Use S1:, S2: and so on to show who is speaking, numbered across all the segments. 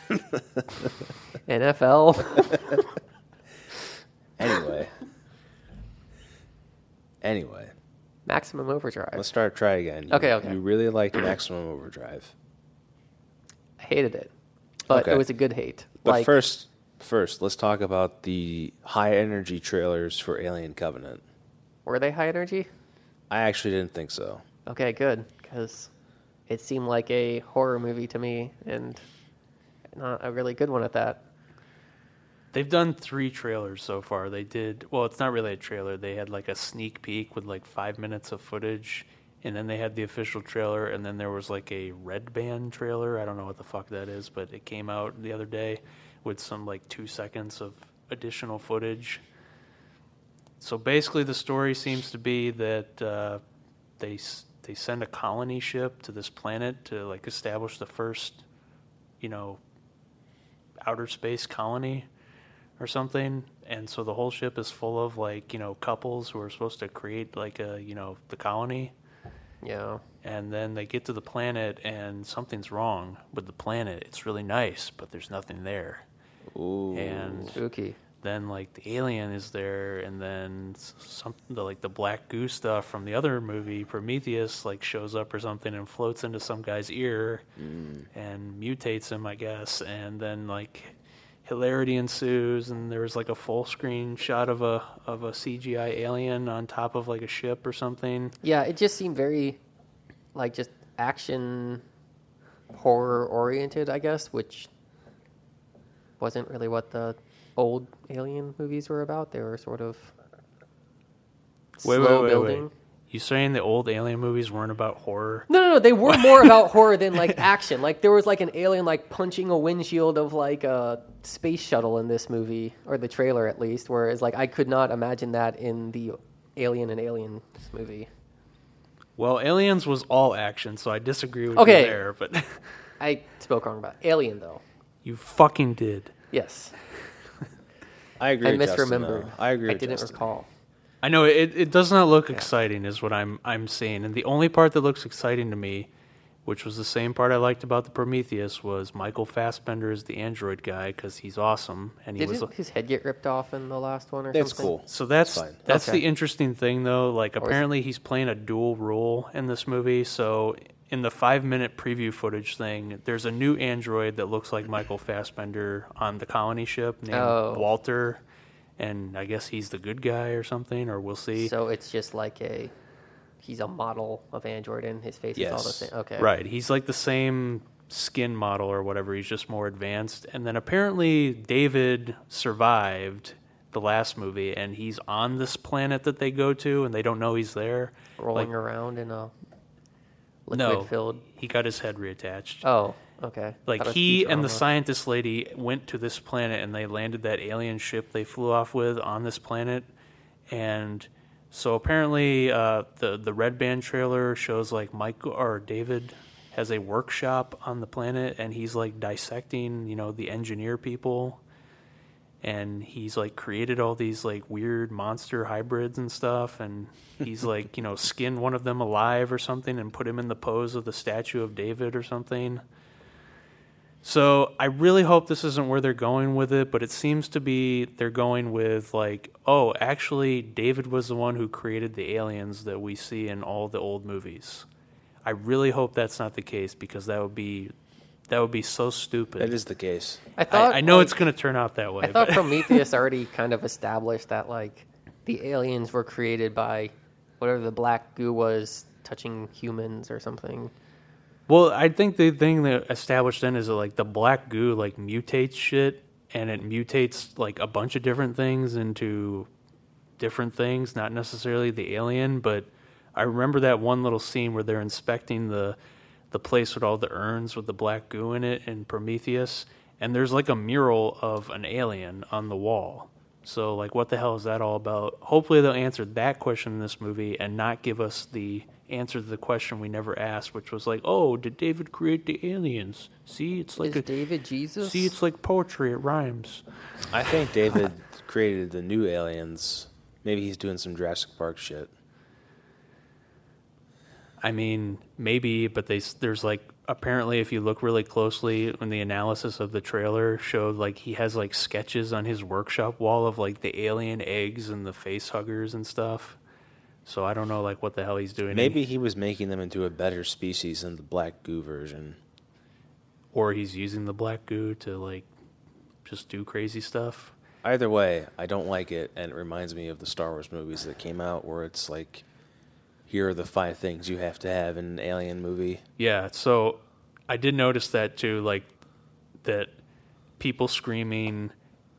S1: NFL.
S2: Anyway. anyway,
S1: Maximum Overdrive.
S2: let's start try again. You-
S1: Okay, okay.
S2: You really liked Maximum Overdrive.
S1: I hated it, but
S2: Okay.
S1: it was a good hate.
S2: But
S1: like,
S2: first, first, let's talk about the high energy trailers for Alien Covenant.
S1: were they high energy?
S2: I actually didn't think so.
S1: Okay, good, because it seemed like a horror movie to me, and not a really good one at that.
S3: They've done three trailers so far. They did well. It's not really a trailer. They had like a sneak peek with like five minutes of footage, and then they had the official trailer, and then there was like a red band trailer. I don't know what the fuck that is, but it came out the other day with some like two seconds of additional footage. So basically, the story seems to be that uh, they s- they send a colony ship to this planet to like establish the first, you know, outer space colony or something. And so the whole ship is full of like, you know, couples who are supposed to create like a, you know, the colony.
S1: Yeah,
S3: And then they get to the planet and something's wrong with the planet. It's really nice, but there's nothing there.
S2: Ooh.
S3: And
S1: spooky.
S3: then like the alien is there and then s- some the, like the black goo stuff from the other movie prometheus like shows up or something and floats into some guy's ear and mutates him i guess and then like hilarity ensues and there was like a full screen shot of a of a cgi alien on top of like a ship or something
S1: Yeah, it just seemed very, like, just action horror oriented, I guess, which wasn't really what the old Alien movies were about. They were sort of
S3: Wait, wait,
S1: slow
S3: wait, wait.
S1: building.
S3: you saying the old alien movies weren't about horror
S1: No, no, no. They were more about horror than like action. Like there was like an alien like punching a windshield of like a space shuttle in this movie or the trailer at least. Whereas like I could not imagine that in the Alien and Aliens movie.
S3: well aliens was all action so i disagree with
S1: Okay.
S3: you there but
S1: I spoke wrong about Alien though.
S3: you fucking did
S1: Yes,
S2: I agree.
S1: I
S2: with Justin,
S1: misremembered.
S2: though. I agree.
S1: I
S2: with
S1: didn't
S2: Justin.
S1: recall.
S3: I know it, it does not look exciting, is what I'm I'm seeing. And the only part that looks exciting to me, which was the same part I liked about the Prometheus, was Michael Fassbender is the android guy because he's awesome and he
S1: Did
S3: was.
S1: his, his head get ripped off in the last one or
S2: That's
S1: something?
S2: cool.
S3: So that's
S2: It's fine.
S3: that's
S1: Okay.
S3: the interesting thing though. Like
S1: is-
S3: apparently he's playing a dual role in this movie. So in the five minute preview footage thing, there's a new android that looks like Michael Fassbender on the colony ship named
S1: Oh.
S3: Walter, and I guess he's the good guy or something, or we'll see.
S1: So it's just like a he's a model of Android and his face is all the
S2: Yes.
S1: same. Okay,
S3: Right. He's like the same skin model or whatever. He's just more advanced. And then apparently David survived the last movie and he's on this planet that they go to and they don't know he's there.
S1: Rolling
S3: Like,
S1: around in a liquid
S3: no,
S1: filled
S3: He got his head reattached.
S1: Oh, okay.
S3: like
S1: Thought it was
S3: he and the
S1: Futurama.
S3: scientist lady went to this planet and they landed that alien ship they flew off with on this planet and so apparently uh, the the red band trailer shows like michael or david has a workshop on the planet and he's like dissecting you know the engineer people and he's like created all these like weird monster hybrids and stuff and he's like you know skinned one of them alive or something and put him in the pose of the statue of david or something so I really hope this isn't where they're going with it, but it seems to be they're going with like, oh, actually, David was the one who created the aliens that we see in all the old movies. I really hope that's not the case because that would be that would be so stupid.
S2: That is the case.
S1: I
S3: I,
S1: thought.
S3: I know
S1: like,
S3: it's going to turn out that way.
S1: I thought
S3: but-
S1: Prometheus already kind of established that like the aliens were created by whatever the black goo was touching humans or something.
S3: Well, I think the thing that established then is that, like the black goo like mutates shit and it mutates like a bunch of different things into different things, not necessarily the alien, but I remember that one little scene where they're inspecting the the place with all the urns with the black goo in it in Prometheus and there's like a mural of an alien on the wall. So like what the hell is that all about? Hopefully they'll answer that question in this movie and not give us the answer to the question we never asked, which was like, "Oh, did David create the aliens?" See, it's like
S1: Is
S3: a
S1: David Jesus?
S3: See, it's like poetry, it rhymes.
S2: I think David created the new aliens. Maybe he's doing some Jurassic Park shit.
S3: I mean, maybe, but they s- there's like apparently, if you look really closely, when the analysis of the trailer showed, like he has like sketches on his workshop wall of like the alien eggs and the face huggers and stuff. So I don't know like what the hell he's doing.
S2: Maybe he was making them into a better species than the black goo version.
S3: or he's using the black goo to like just do crazy stuff.
S2: Either way, I don't like it, and it reminds me of the Star Wars movies that came out where it's like, here are the five things you have to have in an alien movie.
S3: Yeah, so I did notice that too, like that people screaming,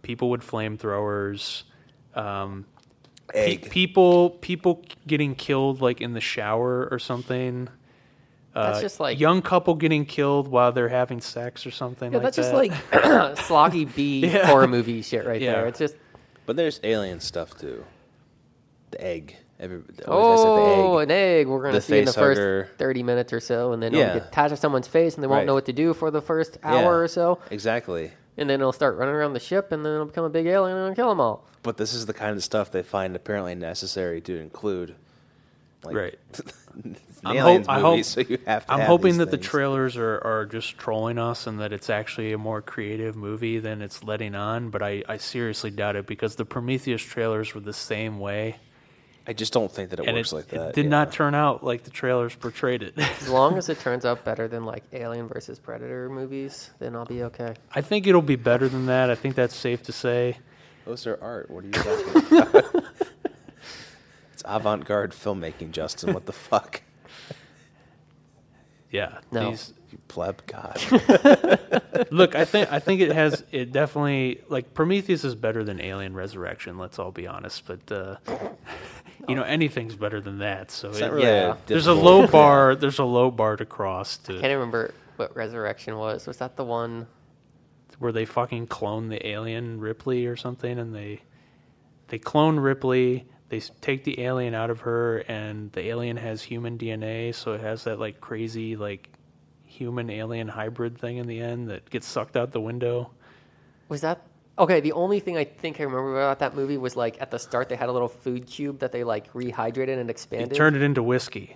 S3: people with flamethrowers, um, pe-
S2: Egg.
S3: people people getting killed like in the shower or something.
S1: That's
S3: Uh,
S1: just like-
S3: young couple getting killed while they're having sex or something.
S1: Yeah,
S3: like
S1: that's just
S3: that.
S1: like sloggy B
S3: Yeah.
S1: horror movie shit right
S3: Yeah.
S1: there. It's just
S2: But there's alien stuff too. The egg. Every, always I said
S1: oh,
S2: the egg.
S1: an egg. We're gonna
S2: The
S1: see in the first
S2: facehugger.
S1: thirty minutes or so, and then
S2: Yeah.
S1: it'll get attached to someone's face, and they won't
S2: Right.
S1: know what to do for the first hour
S2: Yeah.
S1: or so,
S2: Exactly.
S1: and then it'll start running around the ship, and then it'll become a big alien and it'll kill them all.
S2: But this is the kind of stuff they find apparently necessary to include. Like,
S3: Right.
S2: it's an
S3: I'm
S2: aliens
S3: hope- I
S2: movie,
S3: hope-
S2: so you have to
S3: I'm
S2: have
S3: hoping
S2: these
S3: that the
S2: things.
S3: trailers are, are just trolling us and that it's actually a more creative movie than it's letting on, but I, I seriously doubt it because the Prometheus trailers were the same way.
S2: I just don't think that it
S3: and
S2: works
S3: it,
S2: like
S3: it
S2: that.
S3: did
S2: yeah.
S3: not turn out like the trailers portrayed it.
S1: As long as it turns out better than like Alien versus Predator movies, then I'll be okay.
S3: I think it'll be better than that. I think that's safe to say.
S2: Those are Oh, art. What are you talking about? it's avant-garde filmmaking, Justin. What the fuck,
S3: Yeah.
S1: No.
S3: these-
S2: you pleb? God.
S3: look, I think I think it has it definitely like Prometheus is better than Alien Resurrection, let's all be honest, but uh, you know anything's better than that. So
S2: It's not
S3: it-
S2: really
S1: Yeah.
S2: a
S3: there's a
S2: difficult-
S3: low bar, there's a low bar to cross to
S1: Can't remember what Resurrection was. Was that the one?
S3: where they fucking clone the alien Ripley or something, and they they clone Ripley. They s- take the alien out of her, and the alien has human DNA, so it has that like crazy like human alien hybrid thing in the end that gets sucked out the window.
S1: Was that okay? The only thing I think I remember about that movie was like at the start they had a little food cube that they like rehydrated and
S3: They
S1: expanded.
S3: turn it into whiskey.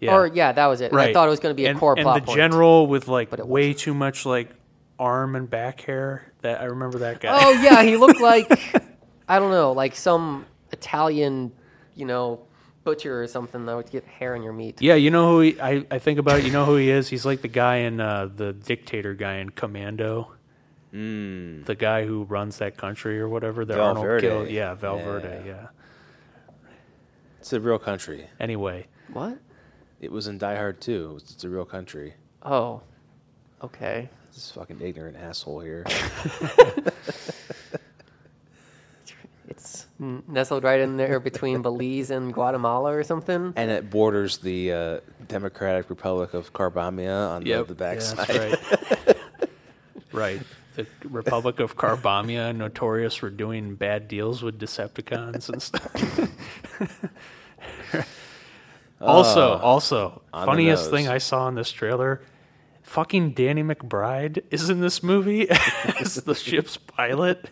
S3: Yeah.
S1: Or yeah, that was it. I thought it was going to be a
S3: and,
S1: core
S3: and
S1: plot
S3: the
S1: point.
S3: general with like
S1: it
S3: way too much like arm and back hair. That I remember that guy.
S1: Oh yeah, he looked like I don't know, like some Italian, you know, butcher or something that would get hair on your meat.
S3: Yeah, you know who he, I, I think about. You know who he is? He's like the guy in uh, the dictator guy in Commando. Mm. The guy who runs that country or whatever. That Arnold
S2: Valverde.
S3: killed. Yeah, Valverde. Yeah.
S2: Yeah. It's a real country.
S3: Anyway,
S1: What?
S2: It was in Die Hard too. It's a real country.
S1: Oh, okay.
S2: This fucking ignorant asshole here.
S1: It's n- nestled right in there between Belize and Guatemala or something.
S2: and it borders the uh, Democratic Republic of Carbamia on the, the backside.
S3: Yeah, that's right. right. The Republic of Carbamia, notorious for doing bad deals with Decepticons and stuff. also, also,
S2: Ah, on the
S3: funniest
S2: nose.
S3: thing I saw in this trailer. Fucking Danny McBride is in this movie as the ship's pilot,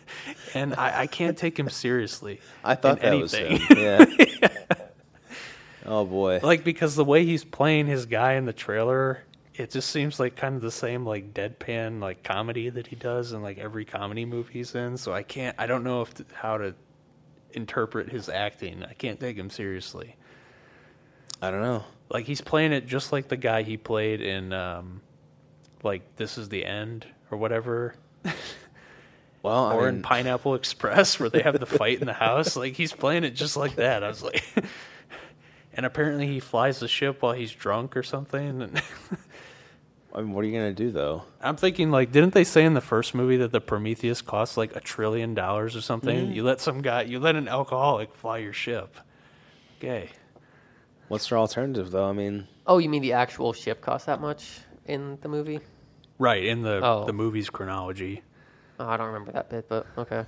S3: and I, I can't take him seriously.
S2: I thought
S3: in
S2: that
S3: anything
S2: was him. Yeah. oh boy.
S3: like because the way he's playing his guy in the trailer it just seems like kind of the same like deadpan like comedy that he does in like every comedy movie he's in so i can't i don't know if t- how to interpret his acting i can't take him seriously
S2: I don't know.
S3: like he's playing it just like the guy he played in um like this is the end or whatever
S2: Well, I
S3: or
S2: mean,
S3: in pineapple express where they have the fight in the house like he's playing it just like that i was like and apparently he flies the ship while he's drunk or something and
S2: I mean, what are you gonna do though?
S3: I'm thinking like, didn't they say in the first movie that the Prometheus cost like a trillion dollars or something? You let some guy, you let an alcoholic fly your ship. Okay.
S2: What's their alternative though? I mean,
S1: Oh, you mean the actual ship cost that much in the movie?
S3: Right in the
S1: Oh.
S3: the movie's chronology,
S1: Oh, I don't remember that bit, but okay.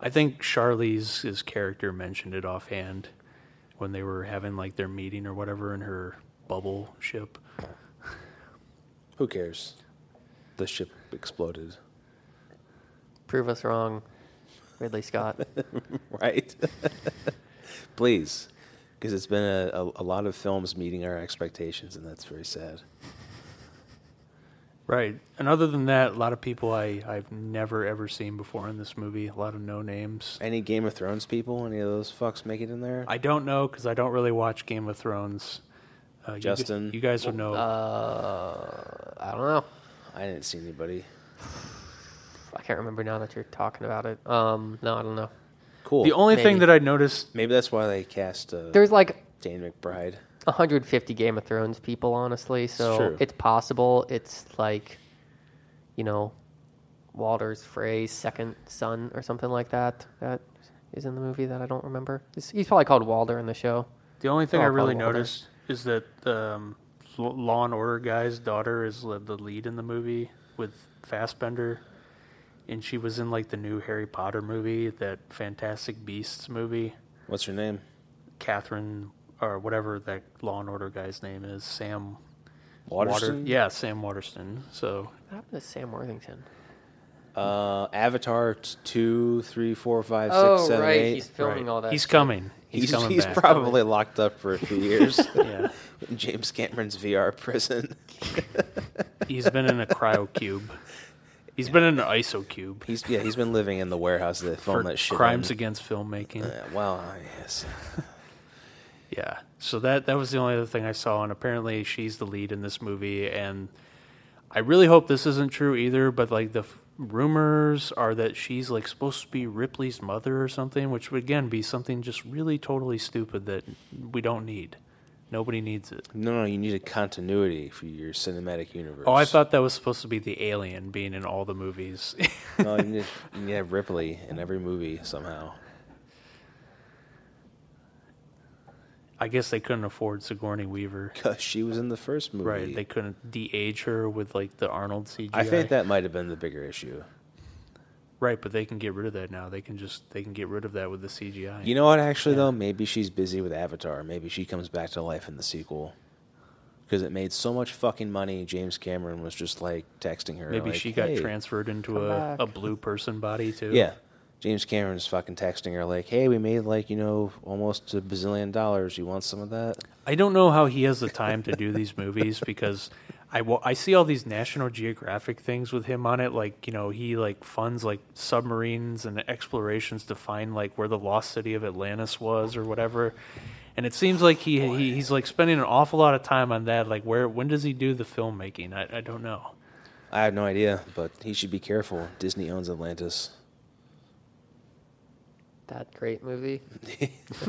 S3: I think Charlie's his character mentioned it offhand when they were having like their meeting or whatever in her bubble ship.
S2: who cares? The ship exploded,
S1: Prove us wrong, Ridley Scott.
S2: right? Please, because it's been a, a, a lot of films meeting our expectations, and that's very sad.
S3: Right. And other than that, a lot of people I, I've never ever seen before in this movie. A lot of no names.
S2: Any Game of Thrones people? Any of those fucks make it in there?
S3: I don't know because I don't really watch Game of Thrones. Uh, you gu-
S2: Justin?
S3: you, guys would know.
S1: Uh, I don't know.
S2: I didn't see anybody.
S1: I can't remember now that you're talking about it. Um, no, I don't know.
S2: Cool.
S3: the only thing
S1: maybe.
S3: that I noticed,
S2: Maybe that's why they cast uh,
S1: There's like
S2: Dan McBride.
S1: 150 Game of Thrones people, honestly. So
S2: true.
S1: it's, possible. It's like, you know, Walter's Frey's second son or something like that. That is in the movie that I don't remember. He's, he's probably called Walder in the show.
S3: the only thing
S1: Oh,
S3: I really
S1: probably Walter.
S3: noticed is that um, L- Law and Order guy's daughter is le- the lead in the movie with Fassbender, and she was in like the new Harry Potter movie, that Fantastic Beasts movie.
S2: What's her name?
S3: Catherine or whatever that Law and Order guy's name is, Sam
S2: Waterston.
S3: Water, yeah, Sam Waterston. So
S1: What happened to Sam Worthington?
S2: Uh, Avatar t- two, three, four, five, six,
S1: oh,
S2: seven,
S1: right.
S2: eight.
S1: He's filming
S3: right.
S1: all that.
S3: he's
S1: shit.
S3: coming. He's,
S2: He's,
S3: coming
S2: he's
S3: back.
S2: probably locked up for a few years.
S3: yeah,
S2: in James Cameron's VR prison.
S3: he's been in a cryo cube. He's been in an iso cube
S2: He's yeah. He's been living in the warehouse that they
S3: for
S2: filmed that shit.
S3: crimes
S2: in.
S3: against filmmaking.
S2: Uh, well, yes.
S3: Yeah. So that that was the only other thing I saw, and apparently she's the lead in this movie, and I really hope this isn't true either. But like the f- rumors are that she's like supposed to be Ripley's mother or something, which would again be something just really totally stupid that we don't need. Nobody needs it.
S2: No, no. You need a continuity for your cinematic universe.
S3: Oh, I thought that was supposed to be the alien being in all the movies.
S2: no, you need, you need to have Ripley in every movie somehow.
S3: I guess they couldn't afford Sigourney Weaver.
S2: Cause she was in the first movie.
S3: Right, they couldn't de-age her with like the Arnold CGI.
S2: I think that might have been the bigger issue.
S3: right, but they can get rid of that now. They can just they can get rid of that with the CGI.
S2: You know what? Actually, though, maybe she's busy with Avatar. Maybe she comes back to life in the sequel because it made so much fucking money. James Cameron was just like texting her.
S3: Maybe
S2: like,
S3: she got
S2: "Hey."
S3: transferred into
S1: come
S3: a,
S1: back.
S3: a blue person body too.
S2: Yeah, James Cameron's fucking texting her like, "Hey, we made like you know almost a bazillion dollars. You want some of that?"
S3: I don't know how he has the time to do these movies because I wa- I see all these National Geographic things with him on it. Like you know, he like funds like submarines and explorations to find like where the lost city of Atlantis was or whatever. And it seems like he, he he's like spending an awful lot of time on that. Like where when does he do the filmmaking? I, I don't know.
S2: I have no idea, but he should be careful. Disney owns Atlantis.
S1: That great movie.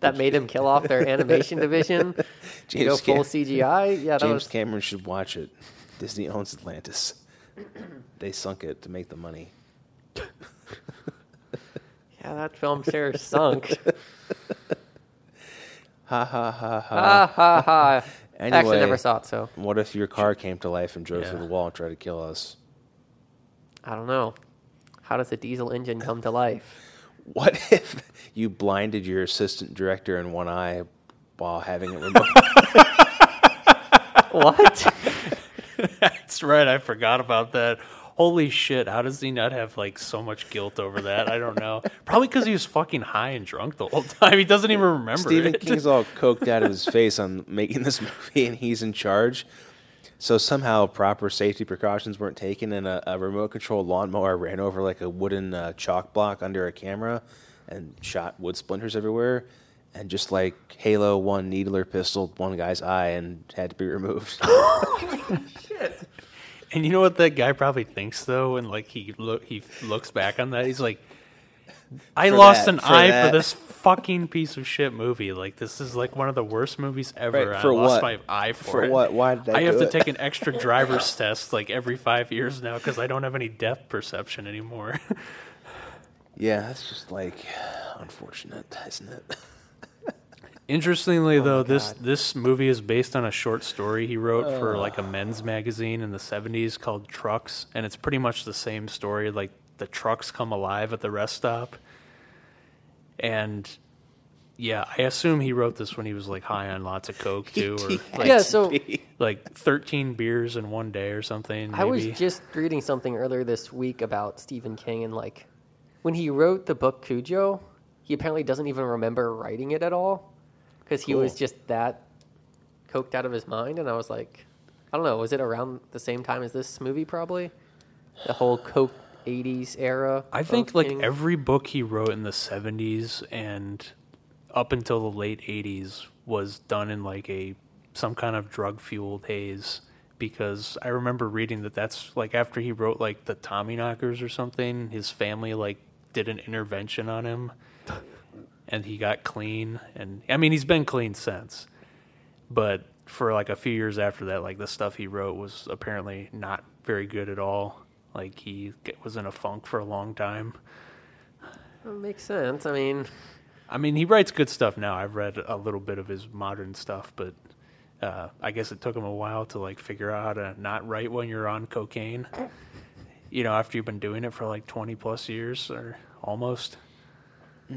S1: that made him kill off their animation division.
S2: James
S1: go
S2: Cam-
S1: full CGI. Yeah, that
S2: James
S1: was
S2: Cameron should watch it. Disney owns Atlantis. they sunk it to make the money.
S1: yeah. That film sure sunk.
S2: Ha ha ha ha.
S1: ha ha ha. I
S2: Uh, Anyway.
S1: actually never saw it, so
S2: What if your car came to life and drove
S3: Yeah.
S2: through the wall and tried to kill us?
S1: I don't know. How does a diesel engine come to life?
S2: What if you blinded your assistant director in one eye while having it remote?
S1: What?
S3: That's right. I forgot about that. Holy shit! How does he not have like so much guilt over that? I don't know. Probably because he was fucking high and drunk the whole time. He doesn't even remember
S2: Stephen
S3: it.
S2: King's all coked out of his face on making this movie, and he's in charge. So somehow proper safety precautions weren't taken, and a, a remote control lawnmower ran over like a wooden uh, chalk block under a camera, and shot wood splinters everywhere, and just like Halo One needler pistoled one guy's eye and had to be removed.
S3: And you know what that guy probably thinks though, and like he look he looks back on that, he's like, I
S2: For
S3: lost
S2: that-
S3: an
S2: for
S3: eye
S2: that."
S3: for this fucking piece of shit movie. Like this is like one of the worst movies ever.
S2: Right,
S3: I
S2: for what?
S3: lost my eye for,
S2: For
S3: it.
S2: what? Why did I
S3: have
S2: do
S3: to
S2: it?
S3: take an extra driver's test like every five years now because I don't have any depth perception anymore.
S2: yeah, that's just like unfortunate, isn't it?
S1: Oh
S3: Interestingly, though, this this movie is based on a short story he wrote for like a men's magazine in the '70s called Trucks, and it's pretty much the same story. Like the trucks come alive at the rest stop, and yeah, I assume he wrote this when he was like high on lots of coke too, or like,
S1: yeah. So
S3: like 13 beers in one day or something. Maybe.
S1: I was just reading something earlier this week about Stephen King and like when he wrote the book Cujo, he apparently doesn't even remember writing it at all because he was
S2: Cool.
S1: just that coked out of his mind. And I was like, I don't know. Was it around the same time as this movie? Probably. The whole Coke '80s era.
S3: I
S1: of
S3: think like
S1: things?
S3: every book he wrote in the 70s and up until the late 80s was done in like a some kind of drug fueled haze because I remember reading that that's like after he wrote like the Tommyknockers or something his family like did an intervention on him and he got clean and I mean he's been clean since but for like a few years after that like the stuff he wrote was apparently not very good at all like he g- was in a funk for a long time
S1: That makes sense. I mean,
S3: i mean he writes good stuff now i've read a little bit of his modern stuff but uh, i guess it took him a while to like figure out how to not write when you're on cocaine you know after you've been doing it for like 20 plus years or almost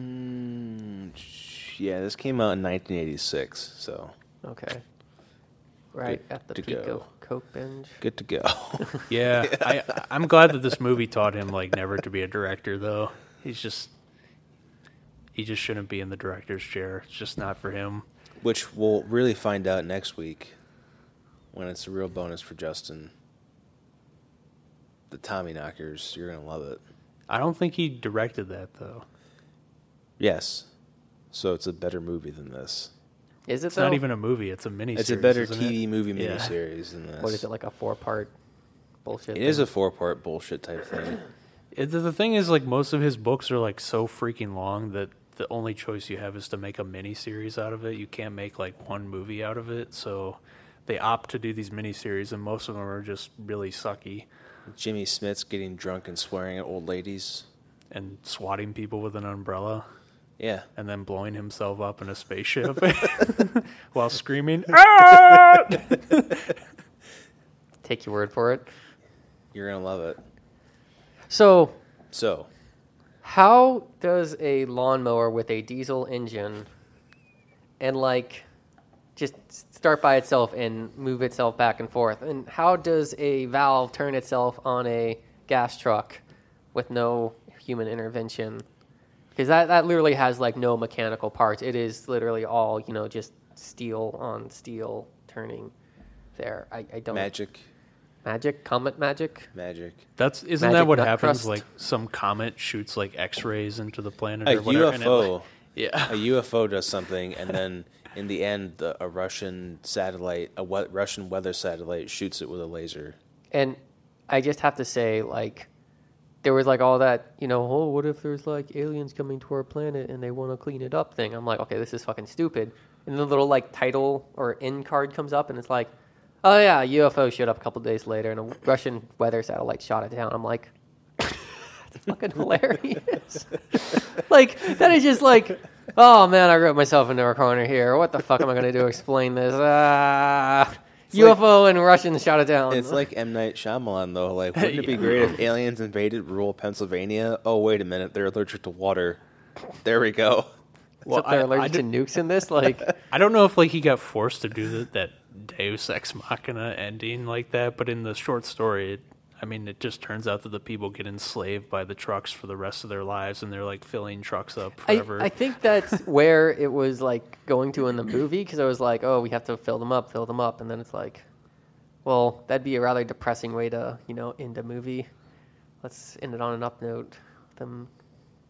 S2: Mm, Yeah, this came out in 1986, so
S1: okay. Right
S2: Good
S1: at the
S2: to
S1: peak
S2: go.
S1: of Coke binge.
S2: good to go.
S3: yeah I, i'm glad that this movie taught him like never to be a director though he's just he just shouldn't be in the director's chair it's just not for him
S2: Which we'll really find out next week when it's a real bonus for Justin. The Tommy Knockers, you're going to love it.
S3: i don't think he directed that though
S2: Yes. So it's a better movie than this.
S1: Is it
S3: It's
S1: though?
S3: not even a movie. It's a mini.
S2: It's a better TV movie miniseries than this.
S1: What is it like a four-part bullshit?
S2: It is
S1: thing?
S2: a four part bullshit type thing.
S3: the the thing is, like, most of his books are like so freaking long that the only choice you have is to make a mini series out of it. You can't make like one movie out of it. So they opt to do these mini series, and most of them are just really sucky
S2: Jimmy Smith's getting drunk and swearing at old ladies.
S3: and swatting people with an umbrella
S2: Yeah.
S3: and then blowing himself up in a spaceship while screaming.
S1: Take your word for it.
S2: You're going to love it.
S1: So,
S2: So,
S1: how does a lawnmower with a diesel engine and like just start by itself and move itself back and forth? And how does a valve turn itself on a gas truck with no human intervention? Because that, that literally has like no mechanical parts. It is literally all, you know, just steel on steel turning there. I, I don't
S2: magic.
S1: magic, comet magic.
S2: Magic.
S3: That's isn't
S1: Magic
S3: that what
S1: nut
S3: happens?
S1: crust.
S3: Like some comet shoots like X-rays into the planet
S2: A
S3: or whatever. and it,
S2: UFO.
S3: like- yeah.
S2: a UFO does something, and then in the end, the, a Russian satellite, a we- Russian weather satellite, shoots it with a laser.
S1: and I just have to say, like, there was like all that, you know, oh, what if there's like aliens coming to our planet and they want to clean it up thing. I'm like, okay, this is fucking stupid. And the little like title or end card comes up and it's like, oh yeah, UFO showed up a couple days later and a Russian weather satellite shot it down. I'm like, that's fucking hilarious. like, that is just like, oh man, I wrote myself into a corner here. What the fuck am I going to do to explain this? Ah.
S2: like-
S1: UFO and Russians shot it down.
S2: It's like M. Night Shyamalan, though. Like, wouldn't it be
S3: Yeah.
S2: great if aliens invaded rural Pennsylvania? Oh, wait a minute. They're allergic to water. There we go.
S3: Well,
S1: Except they're
S3: I- I
S1: allergic to
S3: did-
S1: nukes in this. Like,
S3: I don't know if like he got forced to do that, that Deus Ex Machina ending like that, but in the short story, it, I mean, it just turns out that the people get enslaved by the trucks for the rest of their lives, and they're like filling trucks up
S1: I,
S3: forever.
S1: I think that's where it was like going to in the movie because I was like, oh, we have to fill them up, fill them up, and then it's like, well, that'd be a rather depressing way to you know end a movie. Let's end it on an up note. Them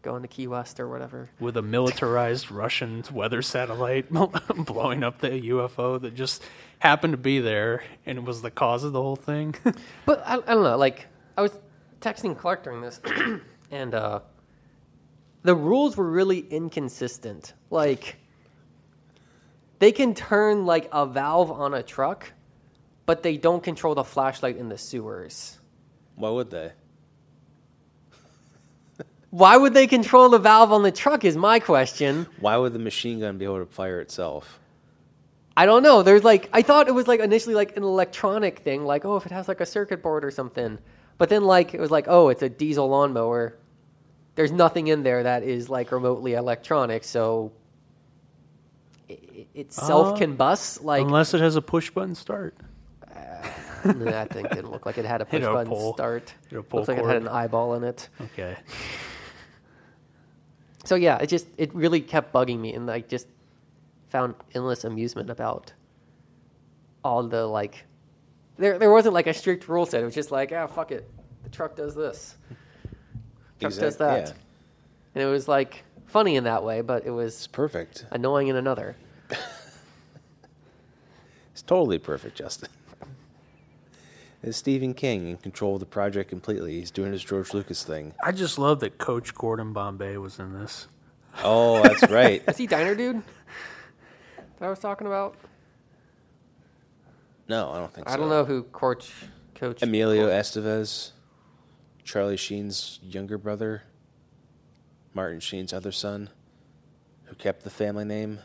S1: going to Key West or whatever.
S3: with a militarized Russian weather satellite blowing up the UFO that just happened to be there and was the cause of the whole thing.
S1: But I, I don't know. Like I was texting Clark during this, and uh, the rules were really inconsistent. Like they can turn like a valve on a truck, but they don't control the flashlight in the sewers.
S2: Why would they?
S1: Why would they control the valve on the truck? Is my question.
S2: Why would the machine gun be able to fire itself?
S1: I don't know. There's like I thought it was like initially like an electronic thing, like oh if it has like a circuit board or something. But then like it was like oh it's a diesel lawnmower. There's nothing in there that is like remotely electronic, so it, it self
S3: Uh,
S1: combusts. Like
S3: Unless it has a push button start.
S1: that thing didn't look like it had a push
S3: Hit a
S1: button
S3: pull-
S1: start.
S3: hit a pull
S1: Looks like it had
S3: cord.
S1: an eyeball in it.
S3: Okay.
S1: So yeah, it just it really kept bugging me, and I just found endless amusement about all the like there there wasn't like a strict rule set. It was just like, ah, fuck it. The truck does this. Truck
S2: Exact-
S1: does that.
S2: yeah.
S1: And it was like funny in that way, but it was
S2: It's perfect.
S1: annoying in another.
S2: It's totally perfect, Justin. It's Stephen King in control of the project completely. He's doing his George Lucas thing.
S3: I just love that Coach Gordon Bombay was in this.
S2: Oh, that's right.
S1: Is he diner dude? That I was talking about.
S2: No, I don't think so.
S1: I don't know who coach coach
S2: Emilio Estevez, Charlie Sheen's younger brother, Martin Sheen's other son, who kept the family name,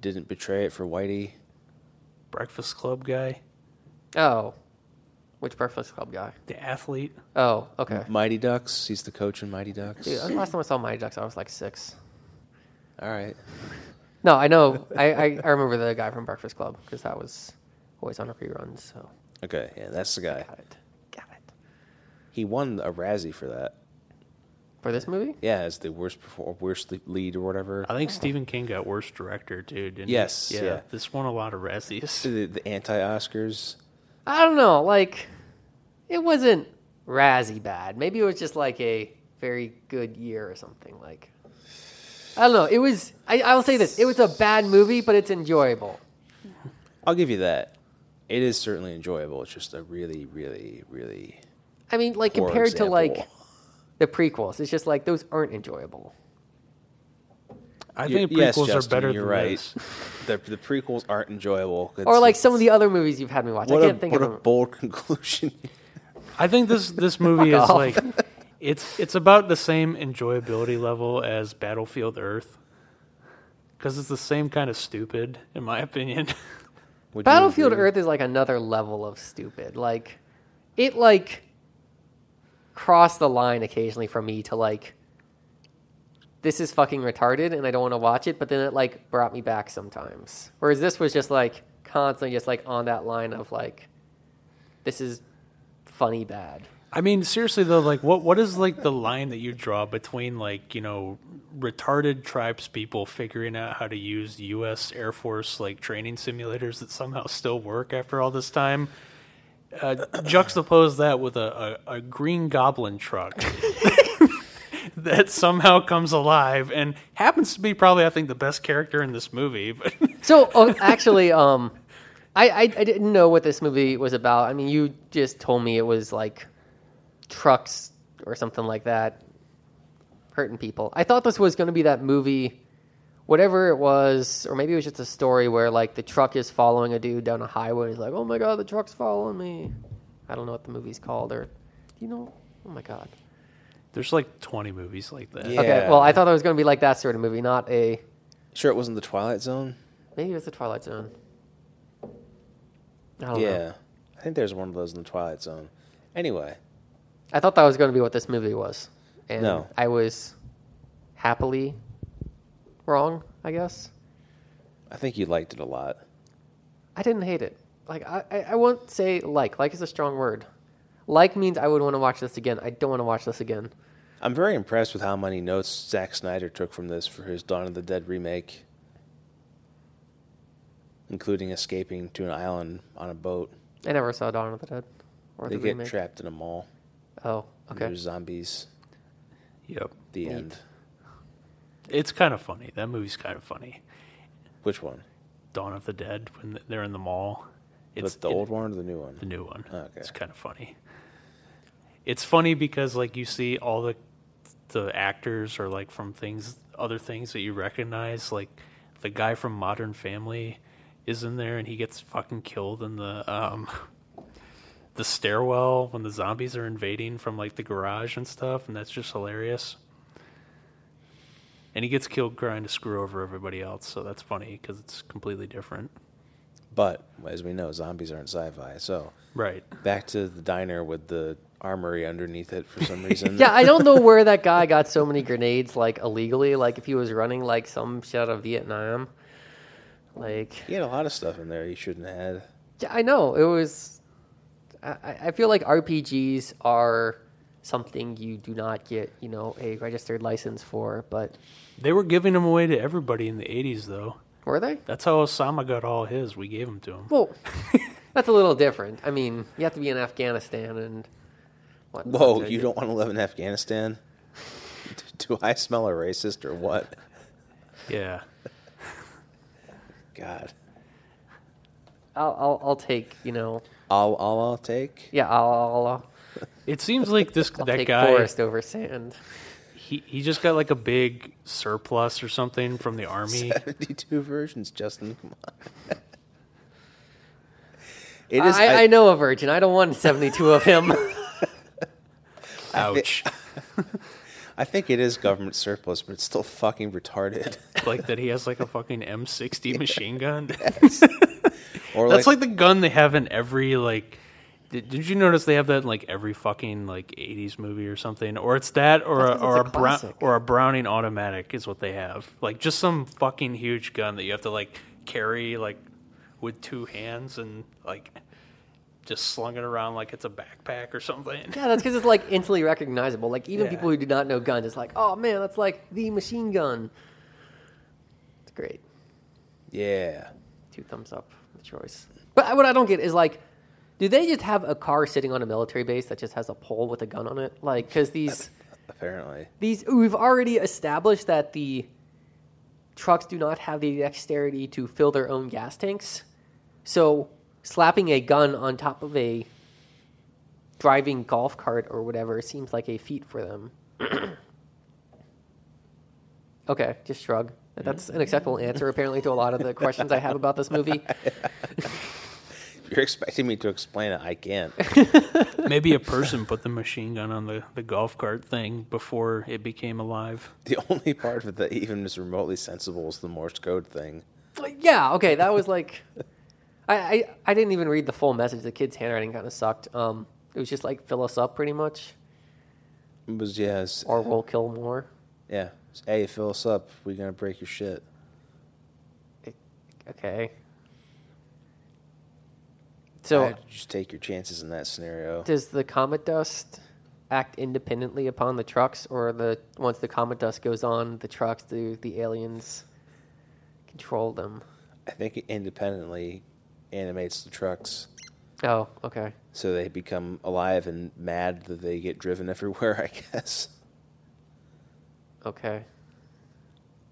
S2: didn't betray it for Whitey.
S3: Breakfast Club guy,
S1: Oh, which Breakfast Club guy?
S3: the athlete.
S1: Oh, okay.
S2: Mighty Ducks. He's the coach in Mighty Ducks.
S1: Dude, that's the last time I saw Mighty Ducks, I was like six.
S2: All right.
S1: No, I know. I, I, I remember the guy from Breakfast Club because that was always on reruns. So
S2: Okay. Yeah, that's the guy.
S1: got it, got it.
S2: He won a Razzie for that.
S1: For this movie,
S2: Yeah, as the worst perform- worst le- lead or whatever.
S3: I think Stephen King got worst director too, didn't he?
S2: Yes, yeah.
S3: This won a lot of
S2: So
S3: Razzies.
S2: The, the anti Oscars.
S1: I don't know. Like, it wasn't Razzie bad. Maybe it was just like a very good year or something. Like, I don't know. It was. I, I will say this. It was a bad movie, but it's enjoyable.
S2: I'll give you that. It is certainly enjoyable. It's just a really, really, really
S1: I mean, like
S2: poor
S1: compared to like
S2: example.
S1: the prequels, it's just like those aren't enjoyable.
S3: I
S2: You-
S3: think prequels
S2: yes,
S3: are
S2: Justin,
S3: better
S2: you're
S3: than
S2: right.
S3: this.
S2: The, the prequels aren't enjoyable. It's-
S1: Or like some of the other movies you've had me watch.
S2: what
S1: I
S2: a,
S1: can't think
S2: what
S1: of
S2: a
S1: them.
S2: bold conclusion.
S3: I think this this movie
S1: Fuck
S3: is
S1: off.
S3: like it's it's about the same enjoyability level as Battlefield Earth because it's the same kind of stupid, in my opinion.
S2: Would you
S1: Battlefield
S2: agree?
S1: Earth is like another level of stupid. Like it like crossed the line occasionally for me to like this is fucking retarded and I don't want to watch it, but then it like brought me back sometimes. Whereas this was just like constantly just like on that line of like this is funny bad.
S3: I mean, seriously though, like what what is like the line that you draw between like you know retarded tribes people figuring out how to use U.S. Air Force like training simulators that somehow still work after all this time? Uh, juxtapose that with a, a, a green goblin truck that somehow comes alive and happens to be probably I think the best character in this movie. But
S1: So oh, actually, um, I, I I didn't know what this movie was about. I mean, you just told me it was like trucks or something like that hurting people. I thought this was going to be that movie, whatever it was, or maybe it was just a story where like the truck is following a dude down a highway. and He's like, "Oh my god, the truck's following me." I don't know what the movie's called, or you know, oh my god.
S3: there's like 20 movies like that.
S2: Yeah.
S1: Okay, well, I thought it was going to be like that sort of movie, not a
S2: Sure, it wasn't the Twilight Zone.
S1: maybe it was the Twilight Zone. I don't
S2: yeah,
S1: know.
S2: I think there's one of those in the Twilight Zone. Anyway,
S1: I thought that was going to be what this movie was, and
S2: No.
S1: I was happily wrong. I guess
S2: I think you liked it a lot.
S1: I didn't hate it. Like I, I, I won't say like. Like is a strong word. Like means I would want to watch this again. I don't want to watch this again.
S2: I'm very impressed with how many notes Zack Snyder took from this for his Dawn of the Dead remake, including escaping to an island on a boat.
S1: I never saw Dawn of the Dead or
S2: they
S1: the
S2: get
S1: remake.
S2: trapped in a mall.
S1: oh,
S2: and
S1: okay.
S2: There's zombies.
S3: Yep.
S2: The end.
S3: It's kind of funny. That movie's kind of funny.
S2: Which one?
S3: Dawn of the Dead when they're in the mall.
S2: It's the
S3: it-
S2: old one or the new one?
S3: the new one.
S2: Okay.
S3: It's kind of funny. It's funny because like you see all the the actors are like from things other things that you recognize. Like the guy from Modern Family is in there and he gets fucking killed in the um the stairwell when the zombies are invading from like the garage and stuff, and that's just hilarious. And he gets killed trying to screw over everybody else, so that's funny because it's completely different.
S2: But as we know, zombies aren't sci-fi. So
S3: Right.
S2: back to the diner with the armory underneath it for some reason.
S1: yeah, I don't know where that guy got so many grenades like illegally. Like if he was running like some shit out of Vietnam. Like
S2: He had a lot of stuff in there he shouldn't have had.
S1: Yeah, I know. It was. I, I- I feel like RPGs are something you do not get, you know, a registered license for. But
S3: They were giving them away to everybody in the 80s, though.
S1: were they?
S3: That's how Osama got all his. We gave them to him.
S1: Well, That's a little different. I mean, you have to be in Afghanistan and. whatnot
S2: Whoa,
S1: to
S2: you
S1: get-
S2: don't want to live in Afghanistan? Do I smell a racist or what?
S3: Yeah.
S2: God.
S1: I'll, I'll, I'll take you know.
S2: All, all I'll take?
S1: Yeah, I'll, I'll, I'll,
S3: It seems like this
S1: I'll
S3: that
S1: take
S3: guy
S1: forest over sand.
S3: he, he just got like a big surplus or something from the army.
S2: 72 versions, Justin. Come on. It is.
S1: I, I, know a virgin. I don't want seventy-two of him.
S3: Ouch.
S2: I think it is government surplus, but it's still fucking retarded.
S3: like that he has like a fucking M60 machine gun.
S2: Or
S3: That's like the gun they have in every like. Did, did you notice they have that in like every fucking like '80s movie or something? Or it's that,
S1: I
S3: or a,
S1: think
S3: or a,
S1: it's a
S3: Brown,
S1: classic.
S3: or a Browning automatic is what they have. Like just some fucking huge gun that you have to like carry like with two hands and like just slung it around like it's a backpack or something.
S1: yeah, that's because it's like instantly recognizable. Like even
S3: Yeah.
S1: people who do not know guns, it's like, oh man, that's like the machine gun. It's great.
S2: yeah.
S1: Two thumbs up. The choice. But I- what I don't get is like, do they just have a car sitting on a military base that just has a pole with a gun on it? Like, because these.
S2: Apparently.
S1: these we've already established that the trucks do not have the dexterity to fill their own gas tanks so slapping a gun on top of a driving golf cart or whatever seems like a feat for them okay just shrug that's an acceptable answer apparently to a lot of the questions i have about this movie
S2: If you're expecting me to explain it, I can't.
S3: Maybe a person put the machine gun on the, the golf cart thing before it became alive.
S2: the only part of it that even is remotely sensible is the Morse code thing.
S1: Like, yeah, okay, that was like, I, I I didn't even read the full message. The kid's handwriting kind of sucked. Um, it was just like fill us up pretty much,
S2: It was, yeah, it's-
S1: or we'll kill more.
S2: yeah. It's, hey, fill us up. We're going to break your shit.
S1: Okay. So
S2: I'd just take your chances in that scenario.
S1: does the comet dust act independently upon the trucks, or the once the comet dust goes on, the trucks do the aliens control them?
S2: I think it independently animates the trucks
S1: Oh, okay.
S2: so they become alive and mad that they get driven everywhere, I guess.
S1: Okay.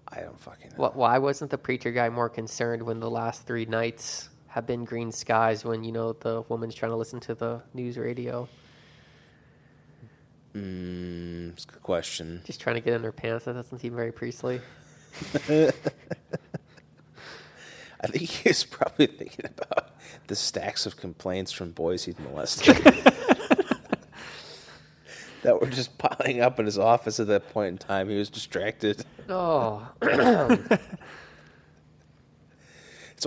S2: I don't fucking know.
S1: Wh- Why wasn't the preacher guy more concerned when the last three nights have been green skies when, you know, the woman's trying to listen to the news radio?
S2: Mm, it's a good question.
S1: Just trying to get in her pants. That doesn't seem very priestly.
S2: I think he was probably thinking about the stacks of complaints from boys he'd molested that were just piling up in his office at that point in time. He was distracted.
S1: Oh,
S2: That's